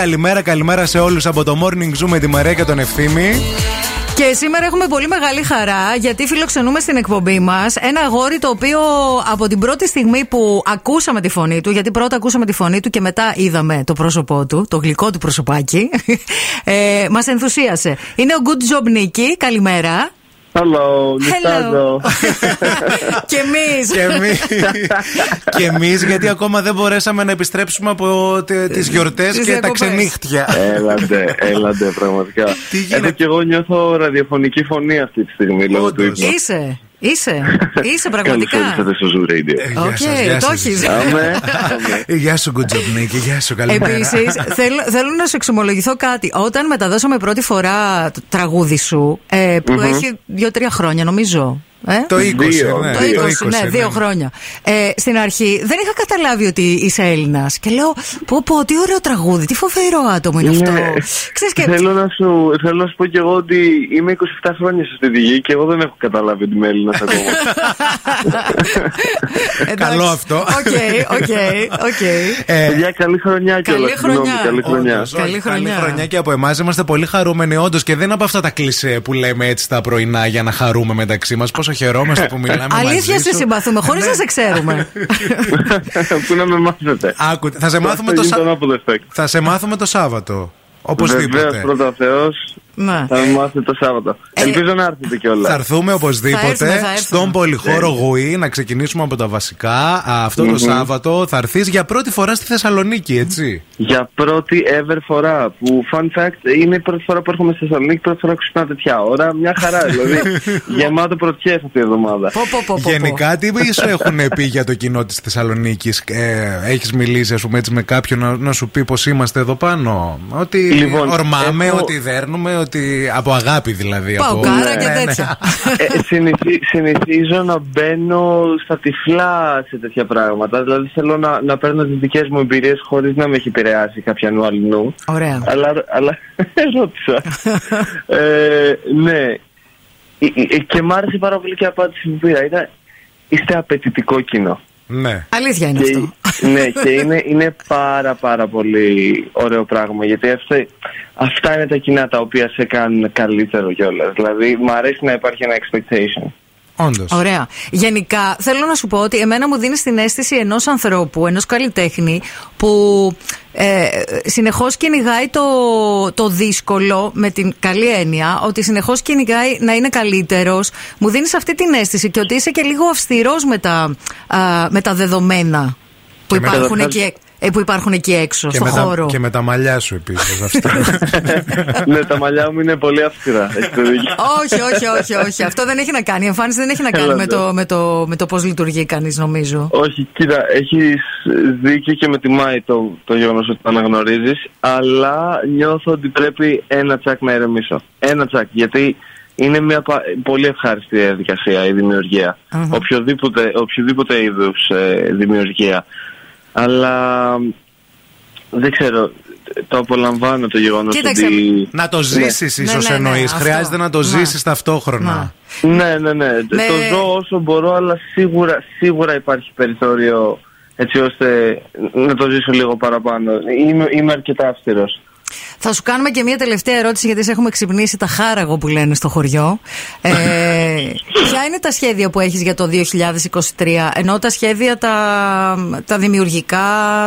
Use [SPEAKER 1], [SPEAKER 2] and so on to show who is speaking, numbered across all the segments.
[SPEAKER 1] Καλημέρα, καλημέρα σε όλους από το Morning Zoo με τη Μαρία και τον Ευθύμη.
[SPEAKER 2] Και σήμερα έχουμε πολύ μεγάλη χαρά γιατί φιλοξενούμε στην εκπομπή μας ένα αγόρι το οποίο από την πρώτη στιγμή που ακούσαμε τη φωνή του, γιατί πρώτα ακούσαμε τη φωνή του και μετά είδαμε το πρόσωπό του, το γλυκό του προσωπάκι, ε, μας ενθουσίασε. Είναι ο Good Job Νίκη. Καλημέρα.
[SPEAKER 3] Hello,
[SPEAKER 2] Hello.
[SPEAKER 3] Νιστάζω.
[SPEAKER 2] και εμείς.
[SPEAKER 1] Και εμείς. και εμείς, γιατί ακόμα δεν μπορέσαμε να επιστρέψουμε από τε- τις γιορτές
[SPEAKER 2] Τις
[SPEAKER 1] και τα
[SPEAKER 2] διακοπές.
[SPEAKER 1] ξενύχτια.
[SPEAKER 3] έλαντε, έλαντε, πραγματικά.
[SPEAKER 1] Τι γίνεται?
[SPEAKER 3] Εδώ και εγώ νιώθω ραδιοφωνική φωνή αυτή τη στιγμή λόγω του
[SPEAKER 1] Όντως.
[SPEAKER 3] ύπνου.
[SPEAKER 2] Είσαι. Είσαι. Είσαι πραγματικά.
[SPEAKER 3] Καλώς ήρθατε στο Zoo Radio.
[SPEAKER 1] Γεια σας,
[SPEAKER 2] Οκ,
[SPEAKER 1] γεια
[SPEAKER 2] το
[SPEAKER 1] σας.
[SPEAKER 2] έχεις.
[SPEAKER 3] Άμε.
[SPEAKER 1] Γεια σου, Κουτζομπνίκη, γεια σου, καλημέρα.
[SPEAKER 2] Επίσης, θέλω, θέλω να σου εξομολογηθώ κάτι. Όταν μεταδώσαμε πρώτη φορά το τραγούδι σου, ε, που έχει δύο-τρία χρόνια νομίζω. Ε?
[SPEAKER 1] Το 20,
[SPEAKER 3] Δύο,
[SPEAKER 1] ναι.
[SPEAKER 2] Το
[SPEAKER 3] δύο.
[SPEAKER 2] 20, ναι, δύο χρόνια. Ε, στην αρχή δεν είχα καταλάβει ότι είσαι Έλληνας. Και λέω, πω, πω, τι ωραίο τραγούδι, τι φοβερό άτομο είναι αυτό.
[SPEAKER 3] Ναι.
[SPEAKER 2] Ξέρεις και.
[SPEAKER 3] Θέλω να σου θέλω να σου πω κι εγώ ότι είμαι 27 χρόνια σε αυτή τη γη και εγώ δεν έχω καταλάβει ότι είμαι Έλληνας ακόμα.
[SPEAKER 2] Εντάξει.
[SPEAKER 1] Καλό αυτό.
[SPEAKER 2] Οκ, οκ, οκ.
[SPEAKER 1] Ε,
[SPEAKER 3] Παιδιά, καλή χρονιά κιόλα.
[SPEAKER 2] Καλή χρονιά.
[SPEAKER 3] Καλή χρονιά.
[SPEAKER 1] Όντως,
[SPEAKER 2] Καλή
[SPEAKER 1] όχι,
[SPEAKER 2] χρονιά.
[SPEAKER 1] Καλή χρονιά και από εμάς. Είμαστε πολύ χαρούμενοι, όντως. Και δεν είναι από αυτά τα κλισέ που λέμε έτσι τα πρωινά για να χαρούμε μεταξύ μας. Πόσο χαιρόμαστε που μιλάμε. μαζί
[SPEAKER 2] Αλήθεια σε
[SPEAKER 1] σου. Ναι.
[SPEAKER 2] συμπαθούμε, χωρίς να σε ξέρουμε.
[SPEAKER 3] Πού να με μάθετε.
[SPEAKER 1] Άκου, θα σε μάθουμε το,
[SPEAKER 3] Αυτό γίνεται
[SPEAKER 1] Σα-
[SPEAKER 3] ανάποδο effect.
[SPEAKER 1] θα σε μάθουμε το Σάββατο.
[SPEAKER 3] Βεβαίως,
[SPEAKER 1] Οπωσδήποτε.
[SPEAKER 3] πρώτα ο Θεός.
[SPEAKER 2] Ναι.
[SPEAKER 3] Θα με μάθετε το Σάββατο.
[SPEAKER 2] Ε,
[SPEAKER 3] Ελπίζω να έρθετε κιόλας.
[SPEAKER 1] Θα έρθουμε οπωσδήποτε
[SPEAKER 2] Θα έρθουμε, θα έρθουμε.
[SPEAKER 1] στον πολυχώρο Γουή να ξεκινήσουμε από τα βασικά. Α, Αυτό το Σάββατο θα έρθεις για πρώτη φορά στη Θεσσαλονίκη, έτσι.
[SPEAKER 3] Για πρώτη ever φορά. Που fun fact είναι η πρώτη φορά που έρχομαι στη Θεσσαλονίκη, πρώτη φορά που ξυπνάω τέτοια ώρα. Μια χαρά, δηλαδή. γεμάτο πρωτιέ αυτή η εβδομάδα.
[SPEAKER 2] Πω, πω, πω, πω, πω.
[SPEAKER 1] Γενικά, τι σου έχουν πει για το κοινό της Θεσσαλονίκης, ε, Έχεις μιλήσει, ας πούμε, έτσι με κάποιον να, να σου πει πως είμαστε εδώ πάνω. Ότι
[SPEAKER 3] Λοιπόν,
[SPEAKER 1] ορμάμε,
[SPEAKER 3] έχω-
[SPEAKER 1] ότι δέρνουμε, ότι. από αγάπη δηλαδή.
[SPEAKER 2] Πάω
[SPEAKER 1] από...
[SPEAKER 2] κάρα
[SPEAKER 1] Ναι,
[SPEAKER 2] και
[SPEAKER 1] ναι.
[SPEAKER 2] τέτοια.
[SPEAKER 3] ε, συνηθι- συνηθίζω να μπαίνω στα τυφλά σε τέτοια πράγματα. Δηλαδή θέλω να, να παίρνω τις δικές μου εμπειρίες χωρίς να με έχει επηρεάσει κάποια νου αλληνού.
[SPEAKER 2] Ωραία.
[SPEAKER 3] Αλλά, αλλά ρώτησα. ε, ναι. Ε, ε, Και μ' άρεσε πάρα πολύ και η απάντηση που πήρα. Ήταν, είστε απαιτητικό κοινό.
[SPEAKER 1] ναι.
[SPEAKER 2] Αλήθεια είναι
[SPEAKER 3] Και,
[SPEAKER 2] αυτό.
[SPEAKER 3] ναι, και είναι, είναι πάρα πάρα πολύ ωραίο πράγμα γιατί αυτά, αυτά είναι τα κοινά τα οποία σε κάνουν καλύτερο κιόλας. Δηλαδή, μου αρέσει να υπάρχει ένα expectation.
[SPEAKER 1] Όντως.
[SPEAKER 2] Ωραία. Γενικά, θέλω να σου πω ότι εμένα μου δίνεις την αίσθηση ενός ανθρώπου, ενός καλλιτέχνη, που ε, συνεχώς κυνηγάει το, το δύσκολο με την καλή έννοια, ότι συνεχώς κυνηγάει να είναι καλύτερος. Μου δίνεις αυτή την αίσθηση και ότι είσαι και λίγο αυστηρός με, τα, α, με τα δεδομένα που
[SPEAKER 1] Και με τα
[SPEAKER 2] υπάρχουν,
[SPEAKER 3] δεδομένα.
[SPEAKER 2] εκεί, ε, που υπάρχουν εκεί έξω,
[SPEAKER 1] Και,
[SPEAKER 2] στον
[SPEAKER 1] με τα,
[SPEAKER 2] χώρο.
[SPEAKER 1] και με τα μαλλιά σου επίσης.
[SPEAKER 3] ναι, τα μαλλιά μου είναι πολύ αυστηρά. έχετε δίκιο.
[SPEAKER 2] όχι, όχι, όχι, όχι. Αυτό δεν έχει να κάνει. Η εμφάνιση δεν έχει να κάνει
[SPEAKER 3] Έλα, ναι.
[SPEAKER 2] με το, με το, με το πώς λειτουργεί κανείς, νομίζω.
[SPEAKER 3] Όχι, κοίτα, έχεις δίκιο και με τιμάει το, το γεγονός ότι το αναγνωρίζεις, αλλά νιώθω ότι πρέπει ένα τσακ να ηρεμήσω. Ένα τσακ, γιατί είναι μια πα- πολύ ευχάριστη διαδικασία η δημιουργια
[SPEAKER 2] Αχα.
[SPEAKER 3] Οποιοδήποτε, οποιοδήποτε είδους δημιουργία. Αλλά μ, δεν ξέρω, το απολαμβάνω το γεγονός
[SPEAKER 2] Κοίταξε,
[SPEAKER 3] ότι.
[SPEAKER 1] να το ζήσεις,
[SPEAKER 2] Ναι,
[SPEAKER 1] ίσως
[SPEAKER 2] ναι, ναι,
[SPEAKER 1] εννοείς.
[SPEAKER 2] αυτό.
[SPEAKER 1] Χρειάζεται να το
[SPEAKER 2] Ναι.
[SPEAKER 1] ζήσεις ταυτόχρονα.
[SPEAKER 3] Ναι, ναι, ναι.
[SPEAKER 2] Με-
[SPEAKER 3] Το ζω όσο μπορώ, αλλά σίγουρα, σίγουρα υπάρχει περιθώριο έτσι ώστε να το ζήσω λίγο παραπάνω. Είμαι, είμαι αρκετά αυστηρός.
[SPEAKER 2] Θα σου κάνουμε και μία τελευταία ερώτηση, γιατί σε έχουμε ξυπνήσει τα χάραγο που λένε στο χωριό. Ε, ποια είναι τα σχέδια που έχεις για το 2023, ενώ τα σχέδια τα, τα δημιουργικά,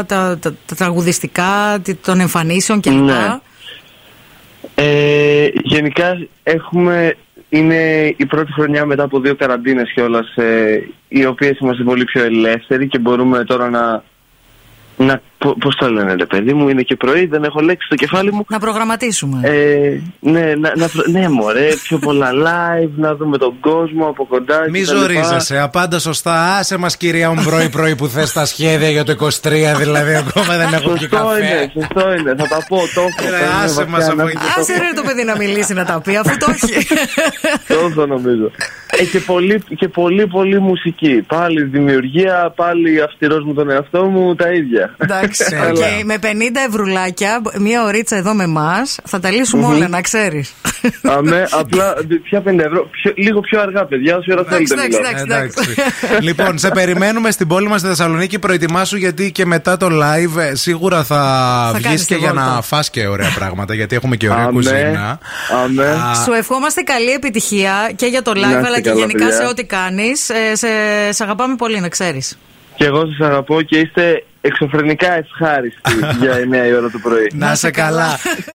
[SPEAKER 2] τα, τα, τα τραγουδιστικά, τι- των εμφανίσεων κλπ.
[SPEAKER 3] Ναι. Ε, γενικά έχουμε, είναι η πρώτη χρονιά μετά από δύο καραντίνες κιόλας ε, οι οποίες είμαστε πολύ πιο ελεύθεροι και μπορούμε τώρα να... να πο- πώς το λένε ρε παιδί μου, είναι και πρωί, δεν έχω λέξει στο κεφάλι μου.
[SPEAKER 2] Να προγραμματίσουμε.
[SPEAKER 3] Ε, ναι, να, να, προ- ναι, μωρέ, πιο πολλά live, να δούμε τον κόσμο από κοντά.
[SPEAKER 1] Μη
[SPEAKER 3] και τα λοιπά.
[SPEAKER 1] ζορίζεσαι, απάντα σωστά. Άσε μας, κυρία μου, πρωί-πρωί που θες τα σχέδια για το 23, δηλαδή ακόμα δεν έχω και
[SPEAKER 3] Σωστό είναι, ναι.
[SPEAKER 1] καφέ.
[SPEAKER 3] σωστό είναι. Θα τα πω, το έχω.
[SPEAKER 1] Έλα,
[SPEAKER 3] παίρνω
[SPEAKER 1] άσε
[SPEAKER 3] βαθιά
[SPEAKER 1] μας από
[SPEAKER 3] ανάγκη,
[SPEAKER 1] εκεί.
[SPEAKER 3] το
[SPEAKER 2] Άσε ρε το παιδί να μιλήσει να τα πει, αφού το έχει.
[SPEAKER 3] έχω, Το έχω νομίζω. Ε, και, πολύ, και πολύ, πολύ μουσική. Πάλι δημιουργία, πάλι αυστηρός μου τον εαυτό μου, τα ίδια.
[SPEAKER 2] Εντάξει,
[SPEAKER 1] Έλα.
[SPEAKER 2] οκ. με 50 ευρουλάκια, μία ωρίτσα εδώ με εμάς, θα τα λυσουμε όλα, να ξέρεις.
[SPEAKER 3] Αμέ, απλά δι- ποια 50 ευρώ. Πιο- λίγο πιο αργά, παιδιά, όση ώρα
[SPEAKER 2] Εντάξει,
[SPEAKER 3] θέλετε.
[SPEAKER 2] εντάξει,
[SPEAKER 3] μιλάω.
[SPEAKER 2] εντάξει.
[SPEAKER 1] λοιπόν, σε περιμένουμε στην πόλη μας στη Θεσσαλονίκη. Προετοιμάσου γιατί και μετά το live ε, σίγουρα θα,
[SPEAKER 2] Θα
[SPEAKER 1] βγεις
[SPEAKER 2] κάνεις
[SPEAKER 1] και
[SPEAKER 2] τη
[SPEAKER 1] για
[SPEAKER 2] βόλτα.
[SPEAKER 1] να φας και ωραία πράγματα. Γιατί έχουμε και ωραία
[SPEAKER 3] Αμέ.
[SPEAKER 1] κουζίνα.
[SPEAKER 3] Αμέ.
[SPEAKER 1] Α,
[SPEAKER 2] Σου ευχόμαστε καλή επιτυχία και για το live,
[SPEAKER 3] Να είστε
[SPEAKER 2] αλλά και
[SPEAKER 3] καλά,
[SPEAKER 2] γενικά
[SPEAKER 3] παιδιά.
[SPEAKER 2] σε ό,τι κάνεις. Ε, σε, σε αγαπάμε πολύ, να ξέρεις.
[SPEAKER 3] Και εγώ σας αγαπώ και είστε εξωφρενικά ευχάριστοι για 9 η ώρα το πρωί.
[SPEAKER 1] να είσαι καλά.